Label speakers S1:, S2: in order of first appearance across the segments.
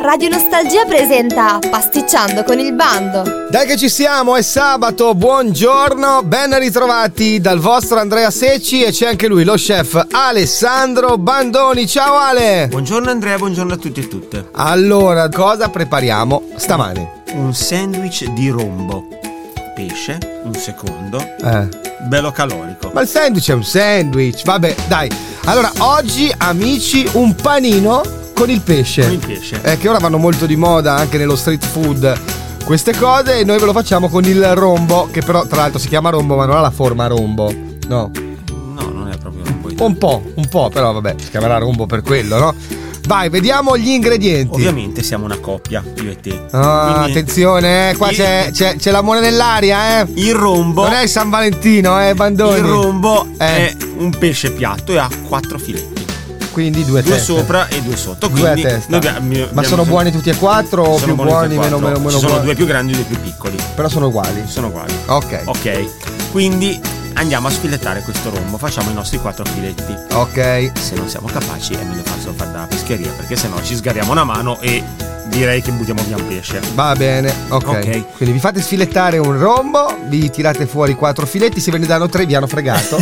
S1: Radio Nostalgia presenta Pasticciando con il bando.
S2: Dai che ci siamo, è sabato, buongiorno, ben ritrovati dal vostro Andrea Secci e c'è anche lui, lo chef Alessandro Bandoni. Ciao Ale!
S3: Buongiorno Andrea, buongiorno a tutti e tutte.
S2: Allora, cosa prepariamo stamane?
S3: Un sandwich di rombo. Pesce, un secondo.
S2: Eh.
S3: Bello calorico.
S2: Ma il sandwich è un sandwich, vabbè, dai. Allora, oggi amici, un panino con il pesce.
S3: Con il pesce.
S2: Eh, che ora vanno molto di moda anche nello street food. Queste cose e noi ve lo facciamo con il rombo, che però tra l'altro si chiama rombo ma non ha la forma rombo. No,
S3: No, non è proprio rombo.
S2: un po', un po', però vabbè, si chiamerà rombo per quello, no? Vai, vediamo gli ingredienti.
S3: Ovviamente siamo una coppia, io e te.
S2: Ah,
S3: Quindi
S2: attenzione, eh, qua
S3: Sì.
S2: c'è, c'è, c'è l'amore nell'aria, eh.
S3: Il rombo,
S2: Non è il San Valentino, eh, Bandoni.
S3: il rombo
S2: Eh.
S3: è un pesce piatto e ha quattro filetti.
S2: Quindi due,
S3: Due
S2: teste.
S3: sotto e due sotto.
S2: Due a
S3: Quindi
S2: testa.
S3: noi abbiamo-
S2: Ma
S3: abbiamo-
S2: sono buoni tutti e quattro o più
S3: sono buoni tutti
S2: buoni,
S3: e
S2: meno,
S3: quattro.
S2: meno, meno
S3: Ci sono
S2: buoni?
S3: due più grandi e due più piccoli.
S2: Però sono uguali.
S3: Sono uguali.
S2: Ok.
S3: Ok, quindi andiamo a sfilettare questo rombo, facciamo i nostri quattro filetti.
S2: Ok.
S3: Se non siamo capaci è meglio farselo fare dalla pescheria, perché sennò ci sgariamo una mano e direi che buttiamo via un pesce.
S2: Va bene, ok.
S3: Ok.
S2: Quindi vi fate sfilettare un rombo, vi tirate fuori quattro filetti, se ve ne danno tre vi hanno fregato.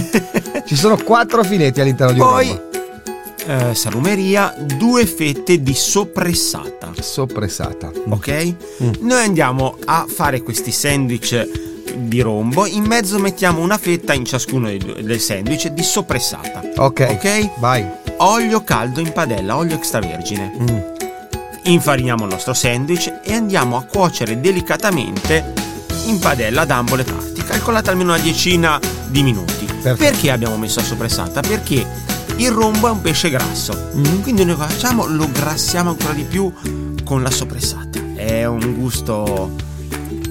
S2: Ci sono quattro filetti all'interno di un
S3: Poi,
S2: rombo.
S3: eh, salumeria, due fette di soppressata.
S2: Soppressata.
S3: Ok?
S2: Mm.
S3: Noi andiamo a fare questi sandwich di rombo, in mezzo mettiamo una fetta in ciascuno dei, due- dei sandwich di soppressata.
S2: Ok.
S3: Ok?
S2: Vai.
S3: Olio caldo in padella, olio extravergine.
S2: Mm.
S3: Infariniamo il nostro sandwich e andiamo a cuocere delicatamente in padella ad ambo le parti. Calcolate almeno una decina di minuti.
S2: Perfetto.
S3: Perché abbiamo messo la soppressata? Perché il rombo è un pesce grasso. Quindi noi cosa facciamo? Lo grassiamo ancora di più con la soppressata. È un gusto.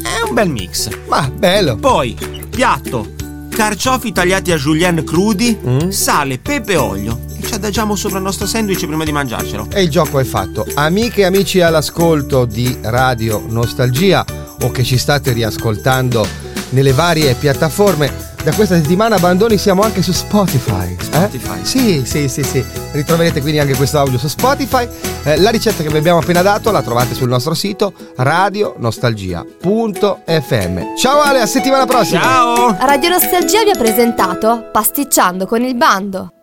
S3: È un bel mix.
S2: Ma bello.
S3: Poi, piatto, carciofi tagliati a julienne crudi,
S2: Mm.
S3: sale, pepe e olio. E ci adagiamo sopra il nostro sandwich prima di mangiarcelo.
S2: E il gioco è fatto. Amiche e amici all'ascolto di Radio Nostalgia o che ci state riascoltando nelle varie piattaforme, da questa settimana Bandoni siamo anche su Spotify. eh?
S3: Spotify.
S2: Sì, sì, sì, sì. Ritroverete quindi anche questo audio su Spotify. Eh, la ricetta che vi abbiamo appena dato la trovate sul nostro sito radionostalgia.fm. Ciao Ale, a settimana prossima!
S3: Ciao!
S1: Radio Nostalgia vi ha presentato Pasticciando con il bando.